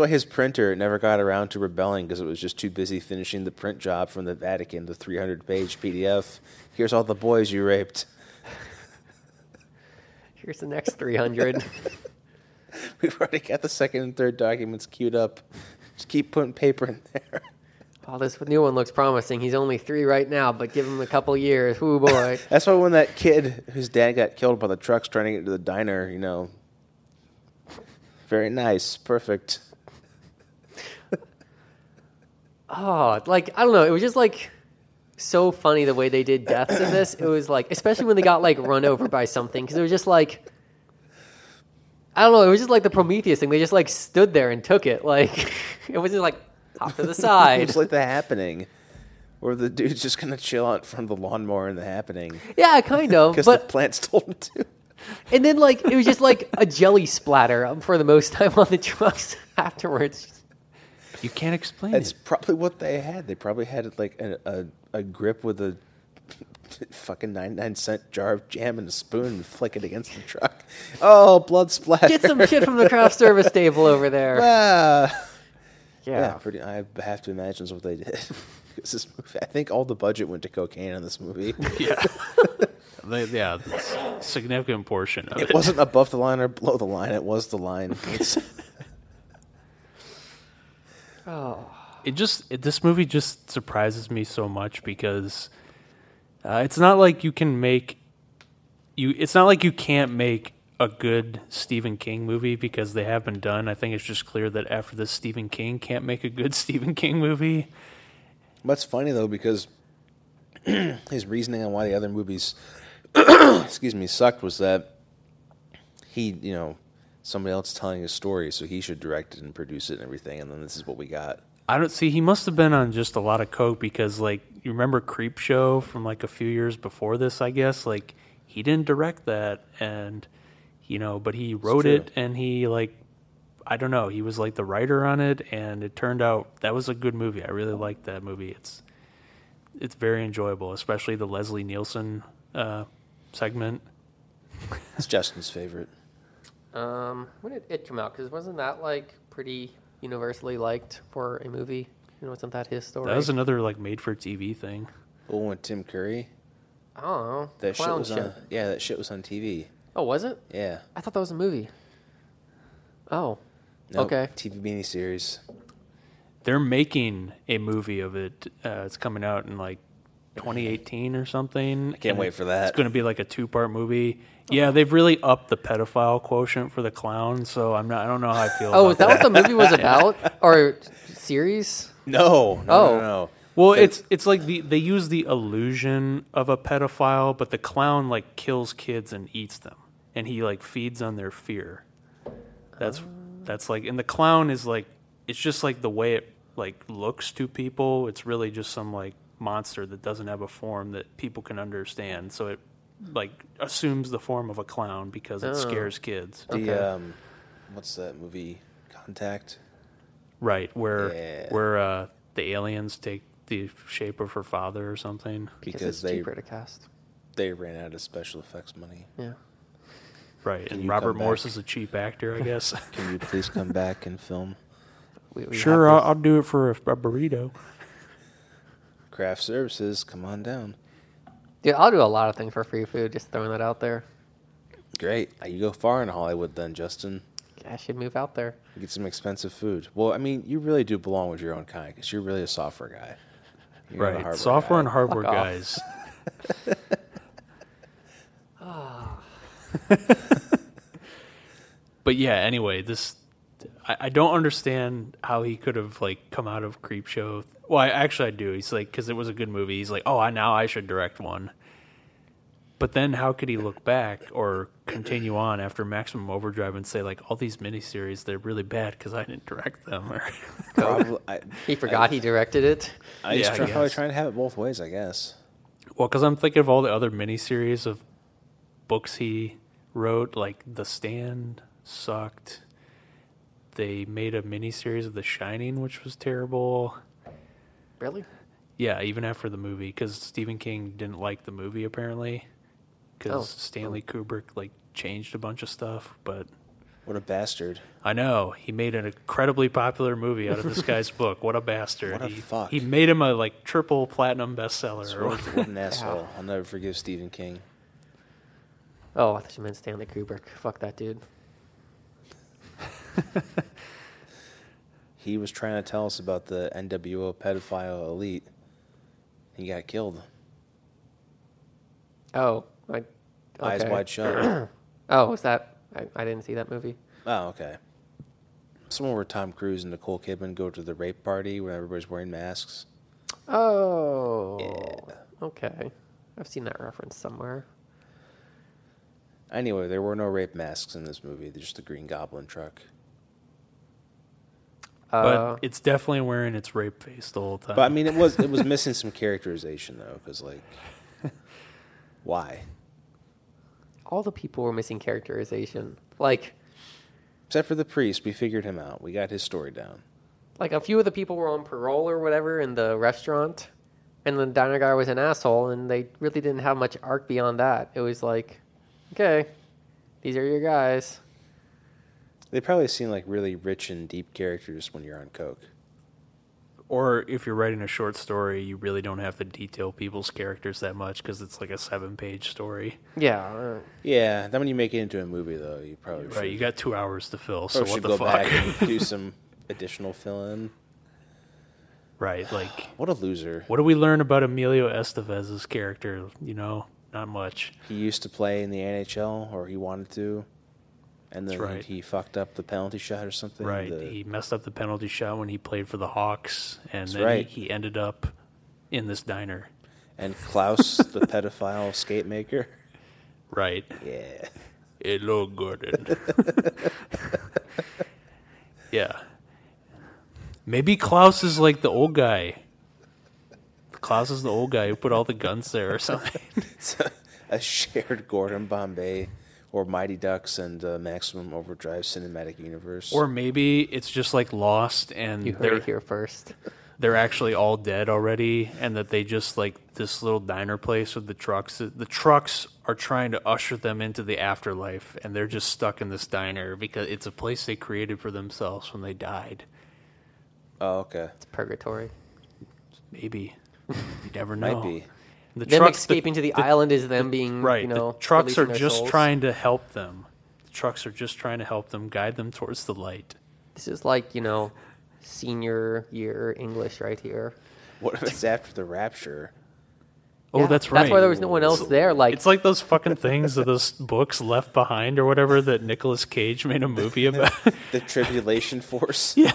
S2: why his printer never got around to rebelling because it was just too busy finishing the print job from the Vatican, the 300 page PDF. Here's all the boys you raped.
S1: here's the next 300.
S2: We've already got the second and third documents queued up. Just keep putting paper in there.
S1: oh, this new one looks promising. He's only three right now, but give him a couple years. Whoo, boy.
S2: That's why when that kid whose dad got killed by the trucks trying to get to the diner, you know, very nice, perfect.
S1: Oh, like, I don't know. It was just like so funny the way they did deaths in this. It was like, especially when they got like run over by something, because it was just like. I don't know. It was just like the Prometheus thing. They just like stood there and took it. Like it was just like hop to the side.
S2: It's like the happening, where the dude's just gonna chill out in front of the lawnmower in the happening
S1: yeah, kind of.
S2: because the
S1: But
S2: plants told him to.
S1: and then like it was just like a jelly splatter um, for the most time on the trucks afterwards.
S3: You can't explain
S2: That's
S3: it.
S2: probably what they had. They probably had like a, a, a grip with a fucking nine nine cent jar of jam and a spoon and flick it against the truck. Oh, blood splatter!
S1: Get some shit from the craft service table over there.
S2: Ah.
S1: Yeah.
S2: Yeah. pretty. I have to imagine that's what they did. 'Cause this movie, I think all the budget went to cocaine in this movie.
S3: Yeah. they, yeah. that's a Significant portion of it.
S2: it wasn't above the line or below the line. It was the line. It's-
S1: Oh,
S3: it just it, this movie just surprises me so much because uh, it's not like you can make you it's not like you can't make a good Stephen King movie because they have been done. I think it's just clear that after this, Stephen King can't make a good Stephen King movie.
S2: That's funny though because his reasoning on why the other movies, excuse me, sucked was that he, you know, somebody else telling his story, so he should direct it and produce it and everything, and then this is what we got.
S3: I don't see. He must have been on just a lot of coke because, like, you remember Creep Show from like a few years before this, I guess. Like, he didn't direct that, and you know, but he wrote
S2: true.
S3: it, and he like, I don't know. He was like the writer on it, and it turned out that was a good movie. I really liked that movie. It's it's very enjoyable, especially the Leslie Nielsen uh, segment.
S2: It's Justin's favorite.
S1: Um, when did it come out? Because wasn't that like pretty universally liked for a movie? You know, wasn't that his story?
S3: That was another like made for TV thing.
S2: Oh, with Tim Curry.
S1: I don't know.
S2: That shit
S1: Clown
S2: was on. Yeah, that shit was on TV.
S1: Oh, was it?
S2: Yeah.
S1: I thought that was a movie. Oh,
S2: Nope,
S1: okay.
S2: TV miniseries.
S3: they're making a movie of it. Uh, it's coming out in like 2018 or something. I
S2: can't wait for that.
S3: It's going to be like a two part movie. Yeah, they've really upped the pedophile quotient for the clown. So I'm not. I don't know how I feel.
S1: Oh,
S3: about
S1: is that what the movie was about or series?
S2: No, no,
S1: Oh.
S2: no, no.
S3: Well, it's it's like the they use the illusion of a pedophile, but the clown like kills kids and eats them, and he like feeds on their fear. That's that's like, and the clown is like, it's just like the way it like looks to people. It's really just some like monster that doesn't have a form that people can understand. So it like assumes the form of a clown because it
S1: Oh.
S3: scares kids.
S2: The
S1: Okay.
S2: um, what's that movie? Contact.
S3: Right where
S2: Yeah.
S3: where uh, the aliens take the shape of her father or something.
S1: Because,
S2: Because
S1: it's
S2: they-
S1: cheaper to cast.
S2: They ran out of special effects money.
S1: Yeah.
S3: Right, and
S2: you
S3: Robert
S2: come back?
S3: Morse is a cheap actor, I guess.
S2: Can you please come back and film?
S1: We, we have
S3: sure, uh,
S1: this-
S3: I'll, I'll do it for a, a burrito.
S2: Craft services, come on down.
S1: Dude, I'll do a lot of things for free food. Just throwing that out there.
S2: Great. Uh, You go far in Hollywood then, Justin.
S1: I should move out there.
S2: Get some expensive food. Well, I mean, you really do belong with your own kind because you're really a software guy. You're not a
S3: Right,
S2: hardware
S3: software
S2: guy.
S3: and hardware
S1: Fuck off.
S3: guys. but yeah, anyway, this I, I don't understand how he could have like come out of Creep Show. Well, I, actually, I do. He's like because it was a good movie. He's like, oh, I now I should direct one. But then, how could he look back or continue on after Maximum Overdrive and say like all these miniseries they're really bad because I didn't direct them? Or
S2: Probably, I,
S1: He forgot he directed it.
S2: I was
S3: Yeah, I
S2: try, probably
S3: guess.
S2: trying to have it both ways, I guess.
S3: Well, because I'm thinking of all the other miniseries of books he wrote, like The Stand sucked. They made a miniseries of The Shining, which was terrible.
S1: Really?
S3: Yeah, even after the movie, because Stephen King didn't like the movie apparently, because
S1: Oh.
S3: Stanley Kubrick like changed a bunch of stuff. But
S2: What a bastard.
S3: I know he made an incredibly popular movie out of this guy's book. What a bastard!
S2: What a
S3: he,
S2: fuck.
S3: He made him a like triple platinum bestseller. or
S2: What, what an asshole. I'll never forgive Stephen King.
S1: Oh, I thought you meant Stanley Kubrick. Fuck that dude.
S2: He was trying to tell us about the NWO pedophile elite. He got killed.
S1: Oh, I, okay.
S2: Eyes wide shut.
S1: Oh, was that? I, I didn't see that movie.
S2: oh, okay. Somewhere where Tom Cruise and Nicole Kidman go to the rape party where everybody's wearing masks.
S1: Oh.
S2: Yeah.
S1: Okay. I've seen that reference somewhere.
S2: Anyway, there were no rape masks in this movie. There's just the Green Goblin truck.
S1: Uh,
S3: but it's definitely wearing its rape face the whole time.
S2: But I mean, it was it was missing some characterization though, because like, why?
S1: all the people were missing characterization. Like,
S2: Except for the priest, we figured him out. We got his story down.
S1: like a few of the people were on parole or whatever in the restaurant, and the diner guy was an asshole, and they really didn't have much arc beyond that. It was like, okay, these are your guys.
S2: They probably seem like really rich and deep characters when you're on coke.
S3: or if you're writing a short story, you really don't have to detail people's characters that much because it's like a seven page story.
S1: Yeah. uh,
S2: Yeah, then when you make it into a movie though, you probably should,
S3: Right, you got two hours to fill, so
S2: probably
S3: what
S2: should go
S3: the fuck?
S2: back and do some additional fill in.
S3: right, like,
S2: What a loser!
S3: what do we learn about Emilio Estevez's character? You know, not much.
S2: He used to play in the NHL, or he wanted to. and then
S3: right.
S2: he fucked up the penalty shot or something.
S3: Right.
S2: The-
S3: he messed up the penalty shot when he played for the Hawks, and then
S2: right.
S3: he, he ended up in this diner.
S2: and Klaus, the pedophile skate maker.
S3: Right.
S2: Yeah.
S3: Hello, Gordon. yeah. Maybe Klaus is like the old guy. Klaus is the old guy who put all the guns there or something.
S2: a shared Gordon Bombay or Mighty Ducks and uh, Maximum Overdrive cinematic universe.
S3: or maybe it's just like Lost and
S1: You heard
S3: they're
S1: it here first.
S3: they're actually all dead already and that they just like this little diner place with the trucks the trucks are trying to usher them into the afterlife and they're just stuck in this diner because it's a place they created for themselves when they died
S2: oh, okay.
S1: It's purgatory.
S3: maybe you never
S2: Might
S3: know
S2: be.
S3: the
S1: Them
S3: trucks the-
S1: escaping to the, island is them being
S3: right
S1: You know,
S3: the trucks
S1: releasing
S3: are
S1: their
S3: just
S1: souls.
S3: trying to help them the trucks are just trying to help them guide them towards the light
S1: This is like you know, senior year English right here.
S2: What if it's after the rapture?
S3: oh
S1: Yeah,
S3: that's right
S1: That's why there was no one else there. Like,
S3: it's like those fucking things of those books left behind or whatever that Nicolas Cage made a movie about.
S2: The tribulation force?
S3: yeah.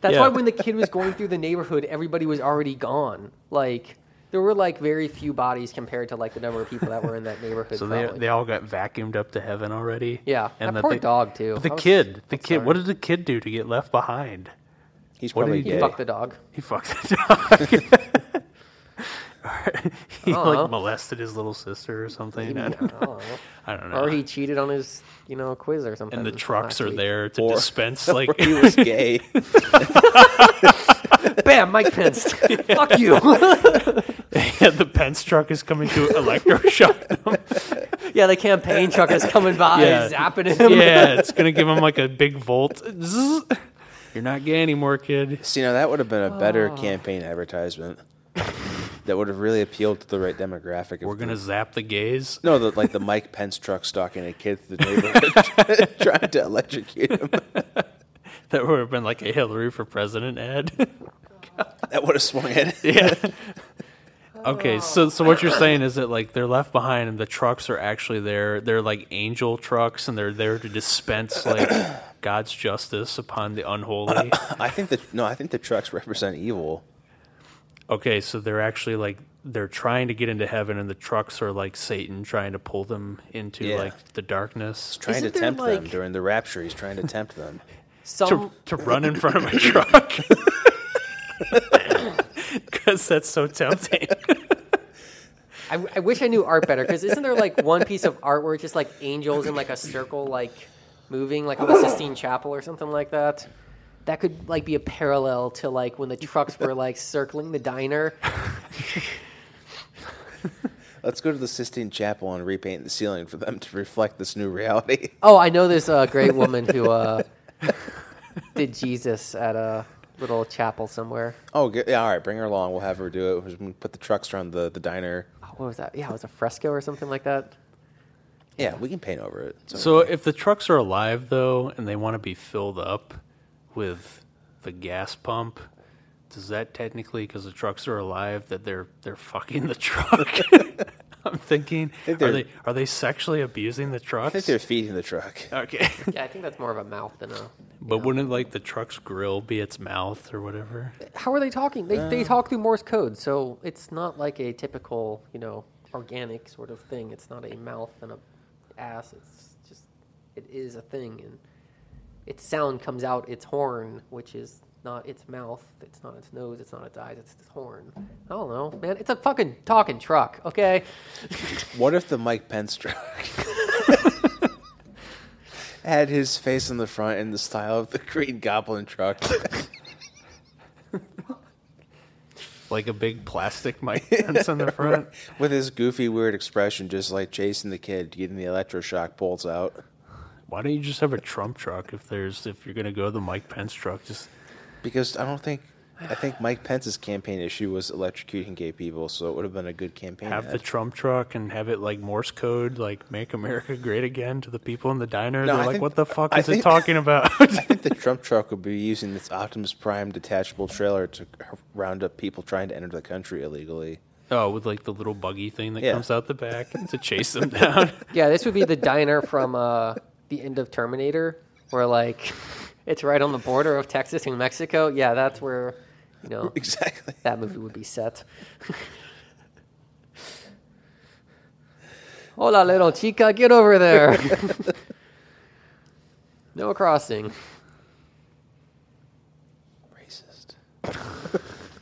S1: that's
S3: yeah.
S1: why when the kid was going through the neighborhood, everybody was already gone. Like, there were like very few bodies compared to like the number of people that were in that neighborhood.
S3: So they,
S1: probably.
S3: they all got vacuumed up to heaven already.
S1: Yeah, that
S3: then
S1: poor
S3: they-
S1: dog, too.
S3: but The
S1: I was-
S3: kid, the
S1: I'm
S3: kid.
S1: sorry.
S3: What did the kid do to get left behind?
S2: He's
S3: What did
S2: probably
S3: he
S1: He
S2: gay.
S1: fucked the dog.
S3: He fucked the dog. he
S1: Uh-huh.
S3: like molested his little sister or something. I don't,
S1: I don't know.
S3: I don't know.
S1: Or he cheated on his, you know, quiz or something.
S3: and the trucks
S1: last
S3: are
S1: week.
S3: there to
S2: Or-
S3: dispense
S2: or
S3: like
S2: he was gay.
S1: Bam, Mike Pence. Fuck you.
S3: yeah, the Pence truck is coming to electroshock them.
S1: yeah, the campaign truck is coming by,
S3: Yeah.
S1: zapping him.
S3: yeah, it's gonna give him like a big volt. Zzz. You're not gay anymore, kid.
S2: See, now that would have been a better campaign advertisement. That would have really appealed to the right demographic. if
S3: We're gonna zap the gays.
S2: No, the, like the Mike Pence truck stalking a kid through the neighborhood, trying to electrocute him.
S3: That would have been like a Hillary for president ad.
S2: That would have swung it.
S3: yeah. Okay, so so what you're saying is that like they're left behind, and the trucks are actually there. They're like angel trucks, and they're there to dispense like God's justice upon the unholy.
S2: I think that no, I think the trucks represent evil.
S3: Okay, so they're actually like they're trying to get into heaven, and the trucks are like Satan trying to pull them into
S2: Yeah.
S3: like the darkness.
S2: Trying
S1: Isn't
S2: to
S1: there,
S2: tempt them
S1: like-
S2: during the rapture. He's trying to tempt them.
S1: Some,
S3: to, to run in front of a truck because that's so tempting.
S1: I, I wish I knew art better because isn't there like one piece of art where it's just like angels in like a circle, like moving, like on the Sistine Chapel or something like that? That could like be a parallel to like when the trucks were like circling the diner.
S2: Let's go to the Sistine Chapel and repaint the ceiling for them to reflect this new reality.
S1: Oh, I know this uh, great woman who uh, did Jesus at a little chapel somewhere.
S2: Oh, good. Yeah, all right. Bring her along. We'll have her do it. We're gonna put the trucks around the, the diner.
S1: Oh, what was that? Yeah, it was a fresco or something like that.
S2: Yeah, we can paint over it. So,
S3: So if the trucks are alive though, and they want to be filled up with the gas pump, does that technically, because the trucks are alive, that they're they're fucking the truck? I'm thinking,
S2: think
S3: are
S2: they're-
S3: they are they sexually abusing the
S2: I think
S3: trucks?
S2: they're feeding the truck.
S3: Okay,
S1: Yeah, I think that's more of a mouth than a.
S3: but wouldn't like the truck's grill be its mouth or whatever?
S1: How are they talking? They, they talk through Morse code, so it's not like a typical, you know, organic sort of thing. It's not a mouth and a ass. It's just, it is a thing, and its sound comes out its horn, which is not its mouth. It's not its nose. It's not its eyes. It's its horn. I don't know, man. It's a fucking talking truck. Okay.
S2: What if the Mike Pence truck had his face on the front in the style of the Green Goblin truck?
S3: Like a big plastic mic fence on the front.
S2: With his goofy, weird expression, just like chasing the kid, getting the electroshock bolts out.
S3: Why don't you just have a Trump truck if there's if you're gonna go the Mike Pence truck? Just
S2: Because I don't think, I think Mike Pence's campaign issue was electrocuting gay people, so it would have been a good campaign.
S3: have the
S2: ad.
S3: Trump truck and have it like Morse code, like "Make America Great Again" to the people in the diner.
S2: No,
S3: They're
S2: I
S3: like,
S2: think-
S3: "What the fuck
S2: I
S3: is it
S2: think-
S3: talking about?"
S2: I think the Trump truck would be using its Optimus Prime detachable trailer to round up people trying to enter the country illegally.
S3: oh, with like the little buggy thing that
S2: Yeah.
S3: comes out the back to chase them down.
S1: Yeah, this would be the diner from uh, the end of Terminator, where like it's right on the border of Texas and Mexico. Yeah, that's where you know
S2: Exactly.
S1: that movie would be set. Hola, little chica, get over there. no crossing.
S2: Racist.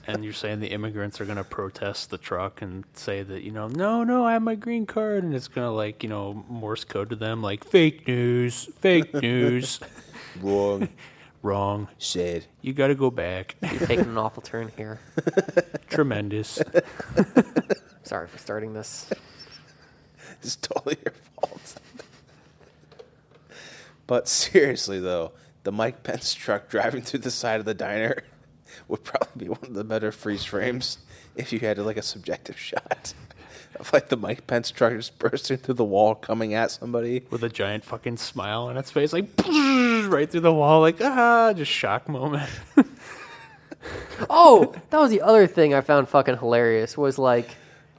S3: And you're saying the immigrants are going to protest the truck and say that, you know, no, no, I have my green card. And it's going to, like, you know, Morse code to them, like, fake news, fake news.
S2: Wrong.
S3: Wrong.
S2: Said.
S3: You got to go back.
S1: You're taking an awful turn here.
S3: Tremendous.
S1: Sorry for starting this.
S2: It's totally your fault. but seriously, though, the Mike Pence truck driving through the side of the diner would probably be one of the better freeze frames if you had like a subjective shot of like the Mike Pence truck just bursting through the wall, coming at somebody.
S3: With a giant fucking smile on its face, like, right through the wall, like, ah, just shock moment.
S1: Oh, that was the other thing I found fucking hilarious was like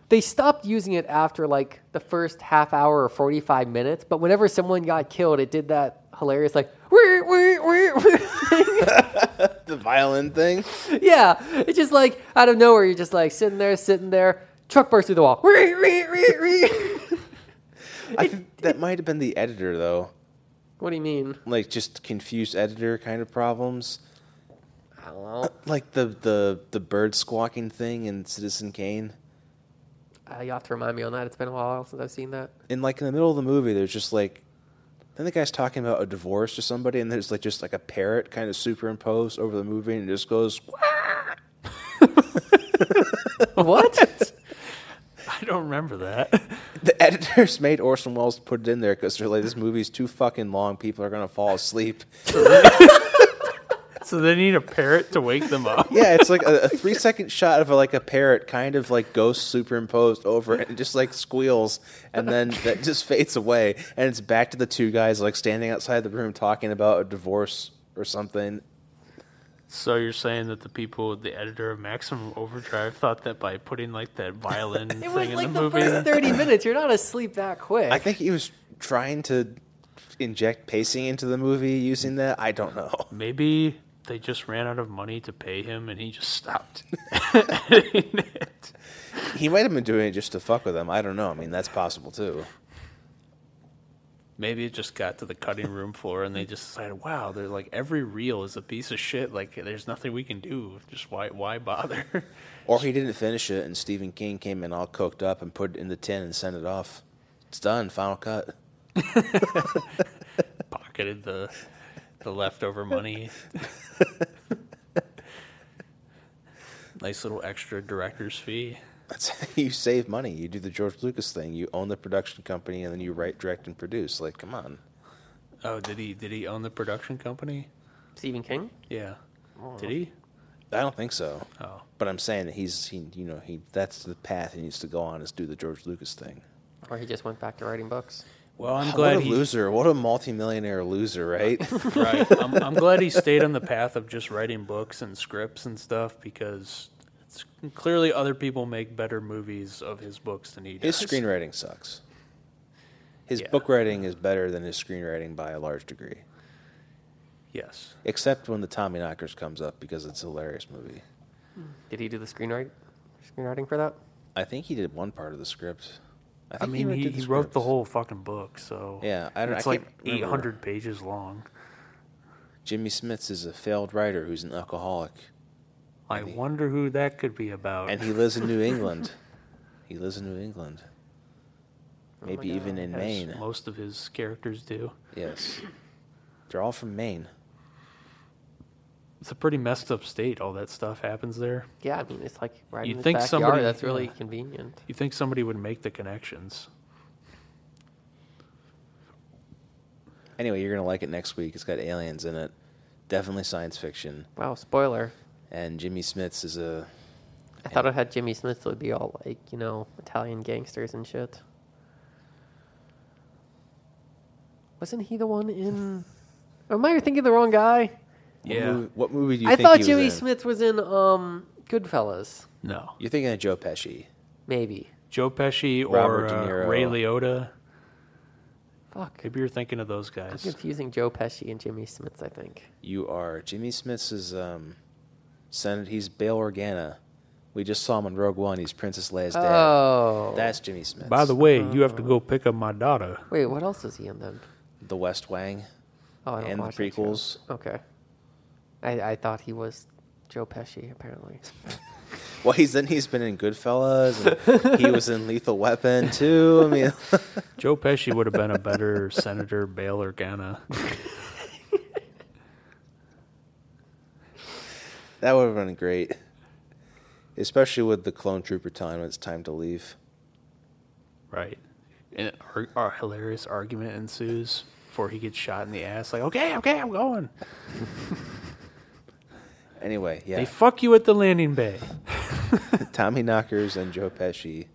S1: they stopped using it after like the first half hour or 45 minutes, but whenever someone got killed, it did that hilarious like wee, wee, wee, wee.
S2: The violin thing.
S1: yeah, it's just like out of nowhere you're just like sitting there, sitting there, truck bursts through the wall. Wee, wee, wee, wee.
S2: I think that might have been the editor, though.
S1: what do you mean?
S2: Like just confused editor kind of problems.
S1: I don't know.
S2: Like the the the bird squawking thing in Citizen Kane.
S1: Uh, you have to remind me on that. It's been a while since I've seen that.
S2: and like in the middle of the movie, there's just like, then the guy's talking about a divorce to somebody, and there's like just like a parrot kind of superimposed over the movie, and it just goes.
S1: what?
S3: I don't remember that.
S2: The editors made Orson Welles put it in there because they're like, this movie's too fucking long. People are gonna fall asleep.
S3: So they need a parrot to wake them up.
S2: Yeah, it's like a, a three second shot of like a parrot kind of like ghost superimposed over, it, and it just like squeals, and then that just fades away, and it's back to the two guys like standing outside the room talking about a divorce or something.
S3: So you're saying that the people, the editor of Maximum Overdrive, thought that by putting like that violin
S1: It
S3: thing
S1: was
S3: in
S1: like
S3: the
S1: the,
S3: movie,
S1: first 30 minutes. You're not asleep that quick.
S2: I think he was trying to inject pacing into the movie using that. I don't know.
S3: maybe they just ran out of money to pay him, and he just stopped. editing it.
S2: He might have been doing it just to fuck with them. I don't know. I mean, that's possible too.
S3: Maybe it just got to the cutting room floor, and they just decided, wow, they're like every reel is a piece of shit. Like there's nothing we can do. Just why, why bother?
S2: Or he didn't finish it, and Stephen King came in all cooked up and put it in the tin and sent it off. It's done. Final cut.
S3: Pocketed the the leftover money. nice little extra director's fee.
S2: That's you save money. You do the George Lucas thing. You own the production company, and then you write, direct, and produce. Like, come on.
S3: Oh, did he did he own the production company?
S1: Stephen King? Oh.
S3: Yeah. Did he?
S2: I don't think so.
S3: Oh.
S2: But I'm saying that he's he you know he that's the path he needs to go on is do the George Lucas thing.
S1: Or he just went back to writing books?
S3: Well, I'm
S2: What a
S3: glad he
S2: loser! What a multimillionaire loser, right?
S3: right. I'm, I'm glad he stayed on the path of just writing books and scripts and stuff because it's clearly other people make better movies of his books than he
S2: His
S3: does.
S2: screenwriting sucks. His
S3: Yeah.
S2: book writing is better than his screenwriting by a large degree,
S3: Yes.
S2: except when the Tommy Knockers comes up because it's a hilarious movie.
S1: Did he do the screenwriting, screenwriting for that? Oh
S2: I think he did one part of the script.
S3: I
S2: think
S3: mean,
S2: wrote-
S3: he,
S2: did
S3: he wrote the
S2: script.
S3: whole fucking book, so
S2: Yeah, I don't-
S3: It's
S2: I
S3: like
S2: can't remember.
S3: 800 pages long.
S2: Jimmy Smits is a failed writer who's an alcoholic,
S3: I wonder who that could be about.
S2: and he lives in New England. He lives in New England, maybe even in
S3: as
S2: Maine.
S3: most of his characters do.
S2: Yes, they're all from Maine.
S3: It's a pretty messed up state. All that stuff happens there.
S1: Yeah, I mean, it's like right
S3: You'd
S1: in the
S3: think
S1: backyard.
S3: somebody-
S1: That's really
S3: yeah.
S1: convenient.
S3: You think somebody would make the connections?
S2: Anyway, you're gonna like it next week. It's got aliens in it. Definitely science fiction.
S1: Wow, spoiler.
S2: And Jimmy Smits is a
S1: I thought it had Jimmy Smith, so it'd be all like, you know, Italian gangsters and shit. Wasn't he the one in. Or am I thinking the wrong guy?
S2: What movie, what movie do you
S1: I
S2: think
S1: thought
S2: he
S1: Jimmy
S2: was in?
S1: Smith was in um, Goodfellas.
S3: No.
S2: You're thinking of Joe Pesci.
S1: Maybe.
S3: Joe Pesci or
S2: Robert De
S3: uh,
S2: Niro.
S3: Ray Liotta.
S1: Fuck.
S3: Maybe you're thinking of those
S1: I'm
S3: guys.
S1: confusing Joe Pesci and Jimmy Smith, I think.
S2: You are Jimmy Smith's is, um, son. He's Bail Organa. We just saw him on Rogue One. He's Princess Leia's dad.
S1: Oh.
S2: That's Jimmy Smith.
S3: By the way, you have to go pick up my daughter.
S1: Wait, what else is he in then?
S2: the West Wang.
S1: Oh, I don't
S2: And the
S1: watch that show.
S2: prequels.
S1: Okay. I, I thought he was Joe Pesci, apparently.
S2: Well, he's then he's been in Goodfellas. And he was in Lethal Weapon too. I mean,
S3: Joe Pesci would have been a better Senator Bail Organa.
S2: that would have been great, especially with the clone trooper telling him it's time to leave.
S3: Right. And our, our hilarious argument ensues before he gets shot in the ass. Like, okay, okay, I'm going.
S2: Anyway, yeah,
S3: They fuck you at the landing bay.
S2: Tommy Knockers and Joe Pesci